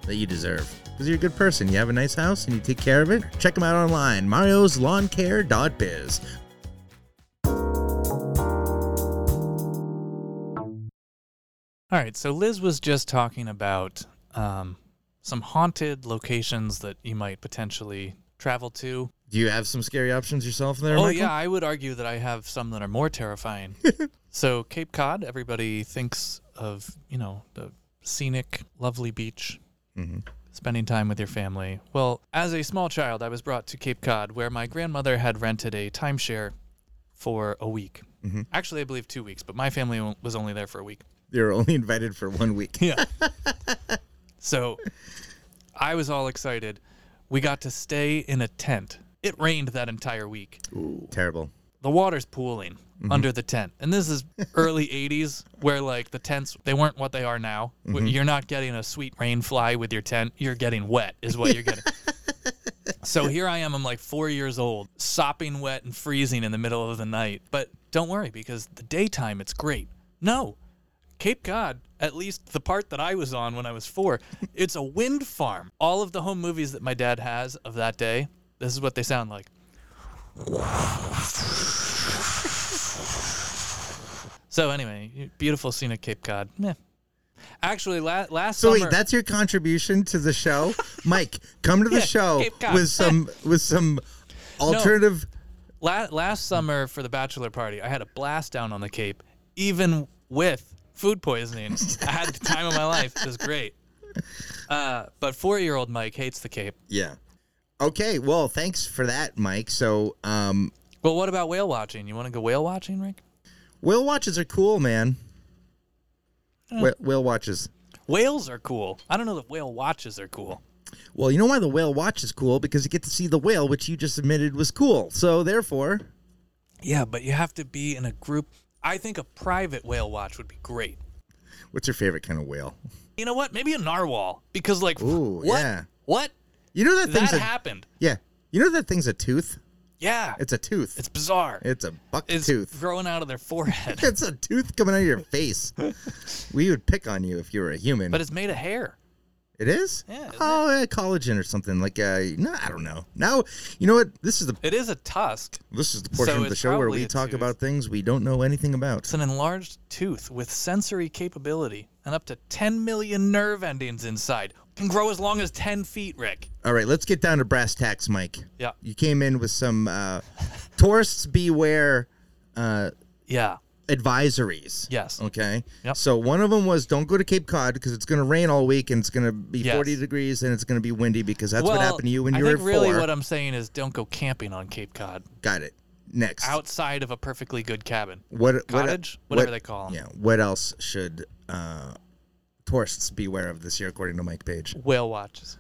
[SPEAKER 1] that you deserve. Because you're a good person, you have a nice house, and you take care of it. Check them out online, marioslawncare.biz.
[SPEAKER 2] All right. So Liz was just talking about um, some haunted locations that you might potentially travel to.
[SPEAKER 1] Do you have some scary options yourself there,
[SPEAKER 2] Oh
[SPEAKER 1] Michael?
[SPEAKER 2] yeah, I would argue that I have some that are more terrifying. so Cape Cod, everybody thinks of you know the scenic, lovely beach, spending time with your family. Well, as a small child, I was brought to Cape Cod, where my grandmother had rented a timeshare for a week. Actually, I believe two weeks, but my family o- was only there for a week.
[SPEAKER 1] You're only invited for one week.
[SPEAKER 2] Yeah. *laughs* so I was all excited. We got to stay in a tent. It rained that entire week.
[SPEAKER 1] Terrible.
[SPEAKER 2] the water's pooling under the tent and this is early 80s where like the tents they weren't what they are now Wh- you're not getting a sweet rain fly with your tent you're getting wet is what you're getting so here i am i'm like four years old sopping wet and freezing in the middle of the night but don't worry because the daytime it's great no Cape Cod, at least the part that I was on when I was four, *laughs* it's a wind farm. All of the home movies that my dad has of that day, this is what they sound like. *laughs* So anyway, beautiful scene at Cape Cod. Meh. Actually, la- last
[SPEAKER 1] So
[SPEAKER 2] summer,
[SPEAKER 1] wait, that's your contribution to the
[SPEAKER 2] *laughs*
[SPEAKER 1] show, Mike. Come to the
[SPEAKER 2] Yeah,
[SPEAKER 1] show
[SPEAKER 2] Cape Cod.
[SPEAKER 1] with some with
[SPEAKER 2] *laughs*
[SPEAKER 1] some alternative.
[SPEAKER 2] la- last summer for the bachelor party, I had a blast down on the Cape, even with food poisoning. I had the time of my life. It was great. Uh, but four-year-old Mike hates the Cape.
[SPEAKER 1] Yeah. Okay. Well, thanks for that, Mike. So, um,
[SPEAKER 2] Well, what about whale watching? You want to go whale watching, Rick?
[SPEAKER 1] whale watches are cool, man. Wh- Whale watches.
[SPEAKER 2] Whales are cool. I don't know that whale watches are cool.
[SPEAKER 1] Well, you know why the whale watch is cool? Because you get to see the whale, which you just admitted was cool. So therefore,
[SPEAKER 2] Yeah, but you have to be in a group. I think a private whale watch would be great.
[SPEAKER 1] what's your favorite kind of whale?
[SPEAKER 2] You know what? Maybe a narwhal because like
[SPEAKER 1] Ooh,
[SPEAKER 2] what?
[SPEAKER 1] yeah.
[SPEAKER 2] What?
[SPEAKER 1] You know that
[SPEAKER 2] That
[SPEAKER 1] thing's a,
[SPEAKER 2] happened.
[SPEAKER 1] yeah. You know that thing's a tooth.
[SPEAKER 2] Yeah.
[SPEAKER 1] It's
[SPEAKER 2] It's,
[SPEAKER 1] a tooth. It's,
[SPEAKER 2] bizarre.
[SPEAKER 1] a buck
[SPEAKER 2] It's
[SPEAKER 1] tooth.
[SPEAKER 2] growing out of their forehead,
[SPEAKER 1] *laughs* It's a tooth coming out of your
[SPEAKER 2] *laughs*
[SPEAKER 1] face. we would pick on you if you were a human.
[SPEAKER 2] but it's made of hair.
[SPEAKER 1] it is?
[SPEAKER 2] Yeah, isn't
[SPEAKER 1] oh, yeah, collagen or something. Like, uh, no, I don't know. Now, you know what? This is the
[SPEAKER 2] It is a tusk.
[SPEAKER 1] this is the portion
[SPEAKER 2] So
[SPEAKER 1] of the
[SPEAKER 2] it's
[SPEAKER 1] show where
[SPEAKER 2] probably
[SPEAKER 1] we
[SPEAKER 2] a
[SPEAKER 1] talk
[SPEAKER 2] tooth.
[SPEAKER 1] about things we don't know anything about.
[SPEAKER 2] It's an enlarged tooth with sensory capability and up to 10 million nerve endings inside. Can grow as long as 10 feet, Rick.
[SPEAKER 1] All right, let's get down to brass tacks, Mike.
[SPEAKER 2] Yeah.
[SPEAKER 1] You came in with some uh, tourists beware uh,
[SPEAKER 2] Yeah.
[SPEAKER 1] advisories.
[SPEAKER 2] Yes.
[SPEAKER 1] Okay.
[SPEAKER 2] Yep.
[SPEAKER 1] So one of them was don't go to Cape Cod because it's going to rain all week and it's going to be
[SPEAKER 2] Yes.
[SPEAKER 1] 40 degrees and it's going to be windy because that's what
[SPEAKER 2] Well,
[SPEAKER 1] happened to you when
[SPEAKER 2] I
[SPEAKER 1] you were
[SPEAKER 2] think really
[SPEAKER 1] four.
[SPEAKER 2] what I'm saying is don't go camping on Cape Cod
[SPEAKER 1] Got it. Next.
[SPEAKER 2] outside of a perfectly good cabin.
[SPEAKER 1] what
[SPEAKER 2] Cottage? Whatever they call 'em.
[SPEAKER 1] Yeah. What else should uh, tourists beware of this year, according to Mike Page?
[SPEAKER 2] Whale watches.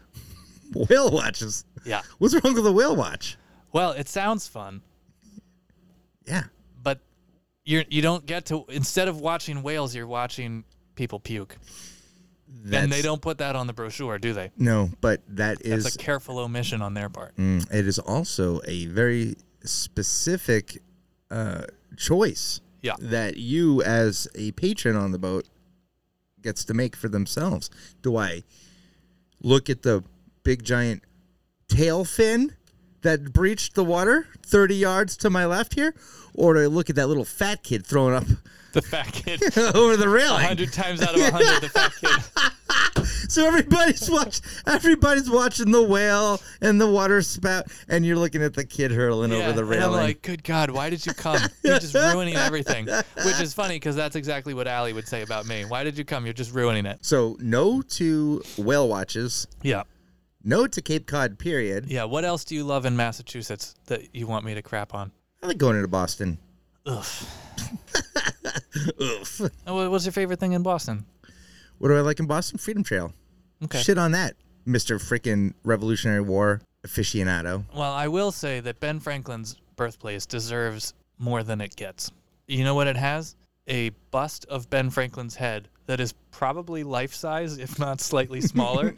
[SPEAKER 1] Whale watches.
[SPEAKER 2] Yeah.
[SPEAKER 1] What's wrong with the whale watch?
[SPEAKER 2] Well, it sounds fun,
[SPEAKER 1] Yeah.
[SPEAKER 2] but you you don't get to instead of watching whales, you're watching people puke. and they
[SPEAKER 1] that's-
[SPEAKER 2] don't put that on the brochure, do they?
[SPEAKER 1] No, but that is
[SPEAKER 2] It's a careful omission on their part.
[SPEAKER 1] mm, it is also a very specific uh, choice
[SPEAKER 2] Yeah.
[SPEAKER 1] that you as a patron on the boat gets to make for themselves. Do I look at the big giant tail fin that breached the water 30 yards to my left here? Or do I look at that little fat kid throwing up *laughs*
[SPEAKER 2] The fat kid.
[SPEAKER 1] over the railing?
[SPEAKER 2] 100 times out of 100, the fat kid.
[SPEAKER 1] So everybody's watch everybody's watching the whale and the water spout and you're looking at the kid hurling *laughs*
[SPEAKER 2] Yeah,
[SPEAKER 1] over the
[SPEAKER 2] and
[SPEAKER 1] railing.
[SPEAKER 2] I'm like, good God, why did you come? You're just ruining everything. Which is funny because that's exactly what Allie would say about me. Why did you come? You're just ruining it.
[SPEAKER 1] so no to whale watches,
[SPEAKER 2] Yeah.
[SPEAKER 1] no to Cape Cod period.
[SPEAKER 2] Yeah. What else do you love in Massachusetts that you want me to crap on?
[SPEAKER 1] I like going into Boston.
[SPEAKER 2] Ugh.
[SPEAKER 1] *laughs* Oof.
[SPEAKER 2] Uh, wha- What's your favorite thing in Boston?
[SPEAKER 1] What do I like in Boston? Freedom Trail.
[SPEAKER 2] Okay.
[SPEAKER 1] Shit on that, Mister Frickin' Revolutionary War aficionado.
[SPEAKER 2] Well, I will say that Ben Franklin's birthplace deserves more than it gets. You know what it has? A bust of Ben Franklin's head that is probably life size, if not
[SPEAKER 1] *laughs*
[SPEAKER 2] slightly smaller,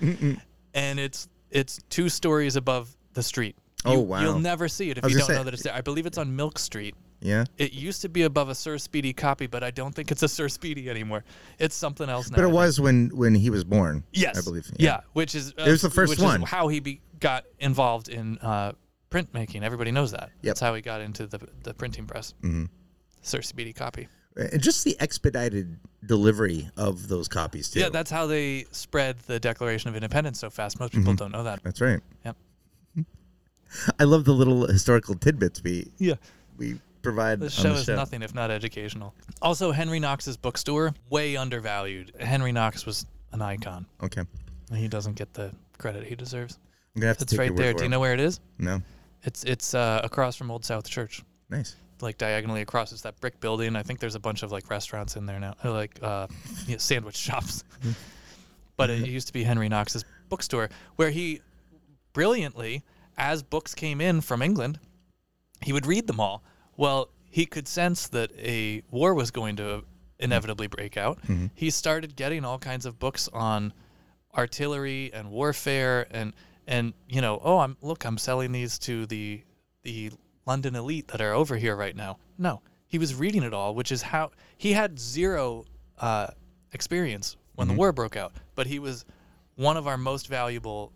[SPEAKER 2] and it's it's two stories above the street.
[SPEAKER 1] Oh,
[SPEAKER 2] You-
[SPEAKER 1] wow.
[SPEAKER 2] You'll never see it if
[SPEAKER 1] was
[SPEAKER 2] you don't
[SPEAKER 1] gonna
[SPEAKER 2] know
[SPEAKER 1] say-
[SPEAKER 2] that it's there. I believe it's on Milk Street.
[SPEAKER 1] Yeah.
[SPEAKER 2] It used to be above a Sir Speedy copy, but I don't think it's a Sir Speedy anymore. It's something else now.
[SPEAKER 1] But
[SPEAKER 2] I
[SPEAKER 1] it
[SPEAKER 2] think.
[SPEAKER 1] was when when he was born.
[SPEAKER 2] Yes,
[SPEAKER 1] I believe.
[SPEAKER 2] Yeah, which is uh,
[SPEAKER 1] It was the first
[SPEAKER 2] which
[SPEAKER 1] one.
[SPEAKER 2] Is how he be, got involved in uh, printmaking. Everybody knows that. That's how he got into the the printing press. Mm-hmm. Sir Speedy copy.
[SPEAKER 1] And just the expedited delivery of those copies too.
[SPEAKER 2] Yeah, that's how they spread the Declaration of Independence so fast. Most people don't know that.
[SPEAKER 1] That's Mm-hmm. right. *laughs*
[SPEAKER 2] Yep.
[SPEAKER 1] I love the little historical tidbits we
[SPEAKER 2] Yeah.
[SPEAKER 1] we provide
[SPEAKER 2] This
[SPEAKER 1] on
[SPEAKER 2] show
[SPEAKER 1] the
[SPEAKER 2] is
[SPEAKER 1] show.
[SPEAKER 2] nothing if not educational. Also, Henry Knox's bookstore way undervalued. Henry Knox was an icon.
[SPEAKER 1] Okay. I'm
[SPEAKER 2] He doesn't get the credit he deserves.
[SPEAKER 1] gonna have to
[SPEAKER 2] It's
[SPEAKER 1] take
[SPEAKER 2] right
[SPEAKER 1] your word
[SPEAKER 2] there.
[SPEAKER 1] for
[SPEAKER 2] Do
[SPEAKER 1] it.
[SPEAKER 2] you know where it is?
[SPEAKER 1] No.
[SPEAKER 2] It's it's uh, across from Old South Church.
[SPEAKER 1] Nice.
[SPEAKER 2] like diagonally across is that brick building. I think there's a bunch of like restaurants in there now, or like uh, *laughs* you know, sandwich shops. *laughs* but it used to be Henry Knox's bookstore, where he brilliantly, as books came in from England, he would read them all. Well, he could sense that a war was going to inevitably break out. He started getting all kinds of books on artillery and warfare and and you know, oh, I'm look, I'm selling these to the the London elite that are over here right now. No, he was reading it all, which is how he had zero uh, experience when the war broke out, but he was one of our most valuable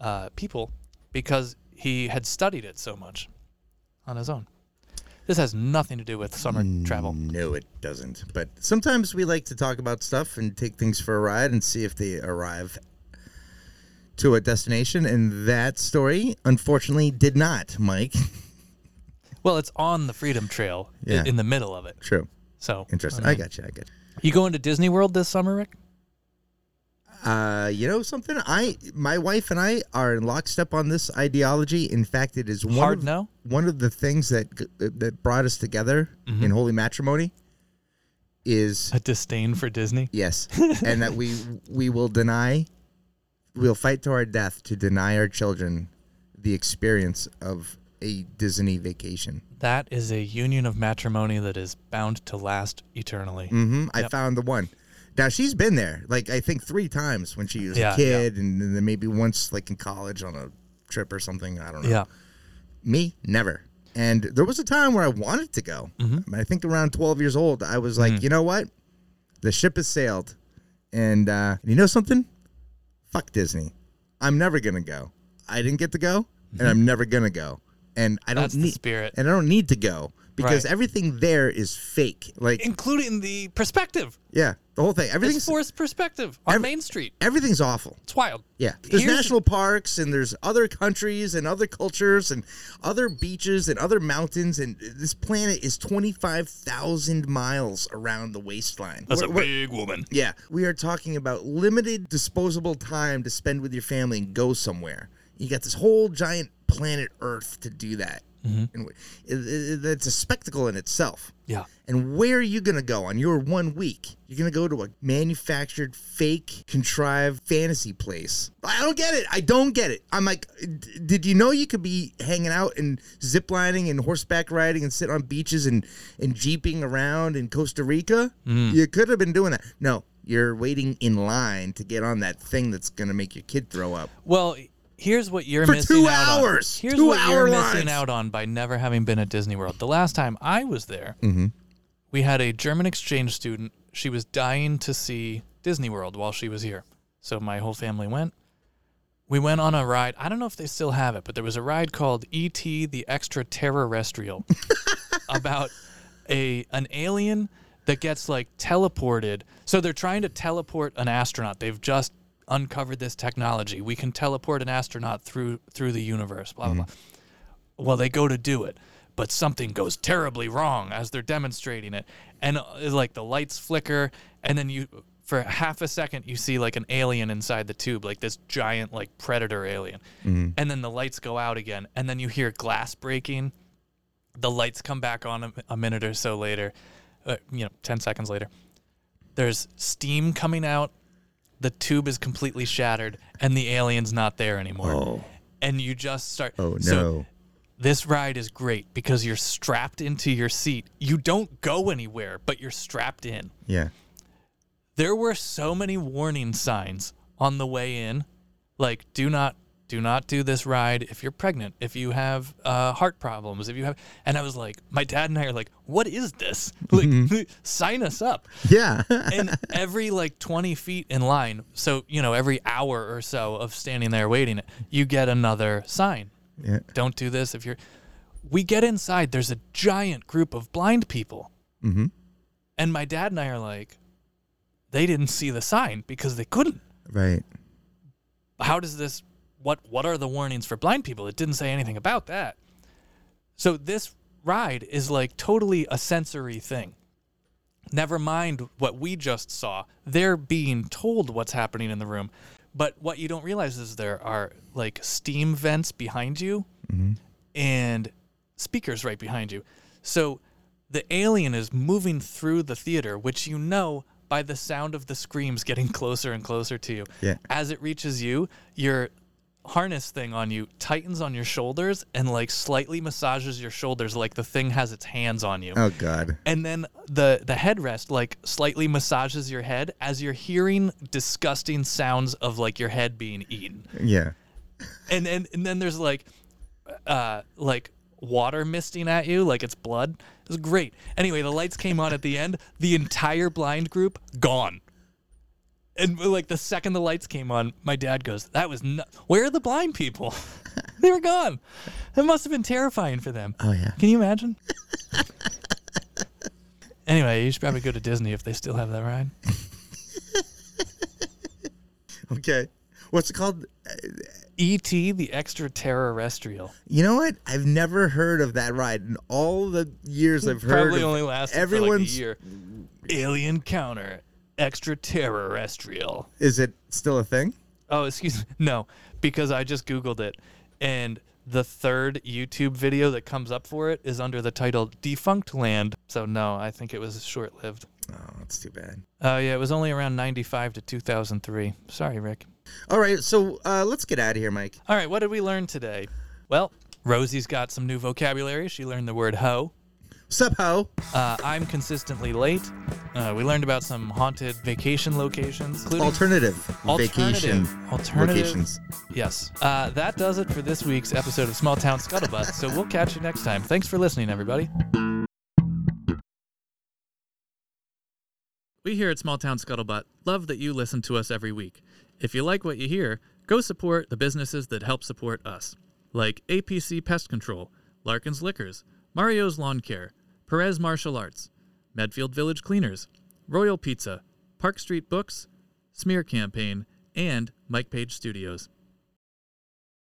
[SPEAKER 2] uh, people because he had studied it so much on his own. This has nothing to do with summer
[SPEAKER 1] Hmm.
[SPEAKER 2] travel.
[SPEAKER 1] No, it doesn't. But sometimes we like to talk about stuff and take things for a ride and see if they arrive to a destination. And that story, unfortunately, did not, Mike. *laughs*
[SPEAKER 2] Well, it's on the Freedom Trail i-
[SPEAKER 1] Yeah.
[SPEAKER 2] in the middle of it.
[SPEAKER 1] True.
[SPEAKER 2] So
[SPEAKER 1] Interesting. I got you. I got you.
[SPEAKER 2] You going to Disney World this summer, Rick?
[SPEAKER 1] Uh, you know something? I, my wife and I are in lockstep on this ideology. In fact, it is one
[SPEAKER 2] Hard
[SPEAKER 1] of,
[SPEAKER 2] no?
[SPEAKER 1] one of the things that g- that brought us together
[SPEAKER 2] Mm-hmm.
[SPEAKER 1] in holy matrimony. Is
[SPEAKER 2] A disdain for Disney. *laughs*
[SPEAKER 1] Yes, and that we we will deny, we'll fight to our death to deny our children the experience of a Disney vacation.
[SPEAKER 2] That is a union of matrimony that is bound to last eternally.
[SPEAKER 1] hmm I found the one. Now she's been there, like I think three times when she was
[SPEAKER 2] Yeah,
[SPEAKER 1] a kid, and, then maybe once like in college on a trip or something. I don't know.
[SPEAKER 2] Yeah.
[SPEAKER 1] Me, never. And there was a time where I wanted to go.
[SPEAKER 2] Mm-hmm.
[SPEAKER 1] I think around 12 years old, I was like, you know what? The ship has sailed. And uh, you know something? Fuck Disney. I'm never going to go. I didn't get to go, and I'm never going to go. And I don't
[SPEAKER 2] Mm-hmm. That's the
[SPEAKER 1] need
[SPEAKER 2] spirit.
[SPEAKER 1] And I don't need to go because
[SPEAKER 2] Right.
[SPEAKER 1] everything there is fake. Like,
[SPEAKER 2] Including the perspective.
[SPEAKER 1] yeah, the whole thing.
[SPEAKER 2] It's
[SPEAKER 1] Everything's
[SPEAKER 2] forced perspective on
[SPEAKER 1] Every-
[SPEAKER 2] Main Street.
[SPEAKER 1] everything's awful.
[SPEAKER 2] It's wild.
[SPEAKER 1] Yeah. There's
[SPEAKER 2] Here's-
[SPEAKER 1] national parks and there's other countries and other cultures and other beaches and other mountains and this planet is 25,000 miles around the waistline.
[SPEAKER 2] That's a
[SPEAKER 1] We're- we're-
[SPEAKER 2] big woman.
[SPEAKER 1] yeah. We are talking about limited disposable time to spend with your family and go somewhere. You got this whole giant planet Earth to do that. And it- it- it- it's a spectacle in itself.
[SPEAKER 2] Mm-hmm. Yeah.
[SPEAKER 1] And where are you going to go on your one week? You're going to go to a manufactured, fake, contrived fantasy place. I don't get it. I don't get it. I'm like, d- did you know you could be hanging out and ziplining and horseback riding and sit on beaches and, and jeeping around in Costa Rica? You could have been doing that. No, you're waiting in line to get on that thing that's going to make your kid throw up.
[SPEAKER 2] Well, here's what you're
[SPEAKER 1] For
[SPEAKER 2] missing
[SPEAKER 1] two
[SPEAKER 2] out on.
[SPEAKER 1] hours!
[SPEAKER 2] Here's
[SPEAKER 1] Two
[SPEAKER 2] what
[SPEAKER 1] hour
[SPEAKER 2] you're
[SPEAKER 1] lines!
[SPEAKER 2] missing out on by never having been at Disney World. The last time I was there,
[SPEAKER 1] Mm-hmm.
[SPEAKER 2] we had a German exchange student. She was dying to see Disney World while she was here, so my whole family went. We went on a ride. I don't know if they still have it, but there was a ride called E.T. the Extraterrestrial about a an alien that gets like teleported. So they're trying to teleport an astronaut. They've just uncovered this technology. We can teleport an astronaut through through the universe. Blah blah blah. Well, they go to do it, but something goes terribly wrong as they're demonstrating it, and uh, like the lights flicker, and then you. For half a second, you see like an alien inside the tube, like this giant, like predator alien.
[SPEAKER 1] Mm-hmm.
[SPEAKER 2] And then the lights go out again. And then you hear glass breaking the lights come back on a, a minute or so later uh, you know, 10 seconds later, there's steam coming out. The tube is completely shattered, and the alien's not there anymore.
[SPEAKER 1] Oh.
[SPEAKER 2] And you just start.
[SPEAKER 1] Oh,
[SPEAKER 2] So
[SPEAKER 1] no.
[SPEAKER 2] this ride is great because you're strapped into your seat. You don't go anywhere, but you're strapped in.
[SPEAKER 1] Yeah. *laughs*
[SPEAKER 2] There were so many warning signs on the way in, like do not do not do this ride if you're pregnant, if you have uh, heart problems, if you have. And I was like, my dad and I are like, what is this? *laughs* Like, sign us up
[SPEAKER 1] Yeah. *laughs*
[SPEAKER 2] and every like 20 feet in line so you know every hour or so of standing there waiting you get another sign
[SPEAKER 1] Yeah.
[SPEAKER 2] don't do this if you're we get inside there's a giant group of blind people
[SPEAKER 1] Mhm.
[SPEAKER 2] and my dad and i are like they didn't see the sign because they couldn't
[SPEAKER 1] right.
[SPEAKER 2] how does this what what are the warnings for blind people it didn't say anything about that so this ride is like totally a sensory thing never mind what we just saw they're being told what's happening in the room but what you don't realize is there are like steam vents behind you and speakers right behind you so the alien is moving through the theater which you know by the sound of the screams getting *laughs* closer and closer to you
[SPEAKER 1] Yeah.
[SPEAKER 2] as it reaches you, your harness thing on you tightens on your shoulders and like slightly massages your shoulders like the thing has its hands on you.
[SPEAKER 1] Oh God.
[SPEAKER 2] And then the the headrest like slightly massages your head as you're hearing disgusting sounds of like your head being eaten.
[SPEAKER 1] Yeah.
[SPEAKER 2] And and, and then there's like uh like water misting at you like it's blood. It was great. Anyway, the lights came on at the end. The entire blind group gone. And like the second the lights came on, my dad goes, "That was no- where are the blind people? *laughs* they were gone. That must have been terrifying for them.
[SPEAKER 1] Oh yeah.
[SPEAKER 2] Can you imagine?" *laughs* anyway, you should probably go to Disney if they still have that ride.
[SPEAKER 1] *laughs* Okay. What's it called?
[SPEAKER 2] E.T. E the extraterrestrial.
[SPEAKER 1] You know what? I've never heard of that ride in all the years I've heard.
[SPEAKER 2] Probably
[SPEAKER 1] of-
[SPEAKER 2] only lasted for like a
[SPEAKER 1] everyone's-
[SPEAKER 2] year. Alien counter, extraterrestrial.
[SPEAKER 1] Is it still a thing?
[SPEAKER 2] Oh, excuse me. No, because I just Googled it. And the third YouTube video that comes up for it is under the title Defunct Land. So, no, I think it was short lived.
[SPEAKER 1] Oh, that's too bad.
[SPEAKER 2] Oh, yeah, it was only around 95 to 2003. Sorry, Rick.
[SPEAKER 1] All right, so uh, let's get out of here, Mike.
[SPEAKER 2] All right, what did we learn today? Well, Rosie's got some new vocabulary. She learned the word hoe.
[SPEAKER 1] Sup, ho?
[SPEAKER 2] Uh, I'm consistently late. Uh, we learned about some haunted vacation locations, including
[SPEAKER 1] Alternative,
[SPEAKER 2] Alternative.
[SPEAKER 1] vacation
[SPEAKER 2] Alternative.
[SPEAKER 1] locations.
[SPEAKER 2] Yes. Uh, that does it for this week's episode of Small Town Scuttlebutt. so we'll catch you next time. Thanks for listening, everybody. We here at Small Town Scuttlebutt love that you listen to us every week. If you like what you hear, go support the businesses that help support us, like APC Pest Control, Larkin's Liquors, Mario's Lawn Care, Perez Martial Arts, Medfield Village Cleaners, Royal Pizza, Park Street Books, Smear Campaign, and Mike Page Studios.